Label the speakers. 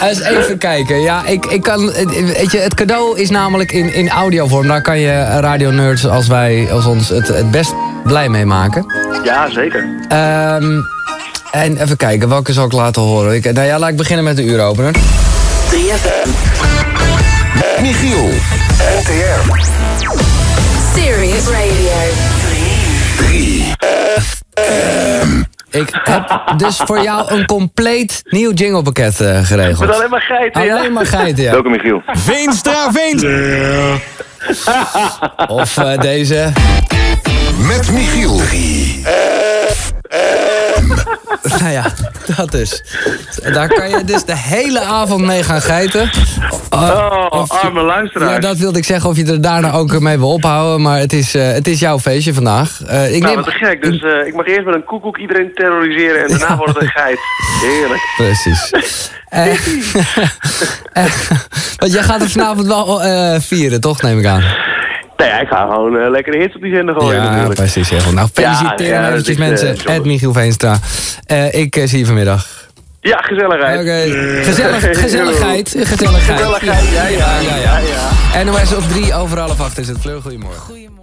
Speaker 1: Eens even kijken. Ja, ik, ik kan, weet je, het cadeau is namelijk in, in audiovorm. Daar kan je radionerds als wij, als ons, het, het best blij mee maken.
Speaker 2: Ja, zeker.
Speaker 1: Ehm, en even kijken, welke zal ik laten horen? Ik, nou ja, laat ik beginnen met de uuropener.
Speaker 3: 3FM.
Speaker 4: Michiel.
Speaker 3: NTR. Serious Radio. 3.
Speaker 1: Ik heb dus voor jou een compleet nieuw jinglepakket eh, geregeld.
Speaker 2: Met alleen maar geiten. ja.
Speaker 1: Alleen maar geiten, ja.
Speaker 2: Welkom Michiel.
Speaker 5: Veenstra, Veenstra.
Speaker 1: Of eh, deze.
Speaker 4: Met Michiel.
Speaker 1: Nou ja, dat dus. Daar kan je dus de hele avond mee gaan geiten. Eh,
Speaker 2: Oh, arme luisteraar.
Speaker 1: ja, dat wilde ik zeggen of je er daarna ook mee wil ophouden. Maar het is, eh, het is jouw feestje vandaag. Eh, ik
Speaker 2: Nou,
Speaker 1: neem...
Speaker 2: wat te gek. Dus eh, ik mag eerst met een koekoek iedereen terroriseren en daarna wordt het een geit. Heerlijk.
Speaker 1: Precies. Eh, eh, Want jij gaat het vanavond wel eh, vieren, toch? Neem ik aan.
Speaker 2: Nou ja, ik ga gewoon eh, lekkere hits op die zender gooien
Speaker 1: ja,
Speaker 2: natuurlijk.
Speaker 1: precies. Heel goed. Nou, feliciteer
Speaker 2: Ja, ja,
Speaker 1: hem
Speaker 2: dat
Speaker 1: eventjes
Speaker 2: is, eh,
Speaker 1: mensen.
Speaker 2: bijzonder.
Speaker 1: Ed Michiel Veenstra. Eh, ik eh, zie je vanmiddag.
Speaker 2: Ja, gezelligheid.
Speaker 1: Oké. Gezellig, gezelligheid. Gezelligheid.
Speaker 2: Gezelligheid, ja, ja, ja, ja.
Speaker 1: NOS of 3, over half acht is het. Fleur, goedemorgen.
Speaker 6: Goedemorgen.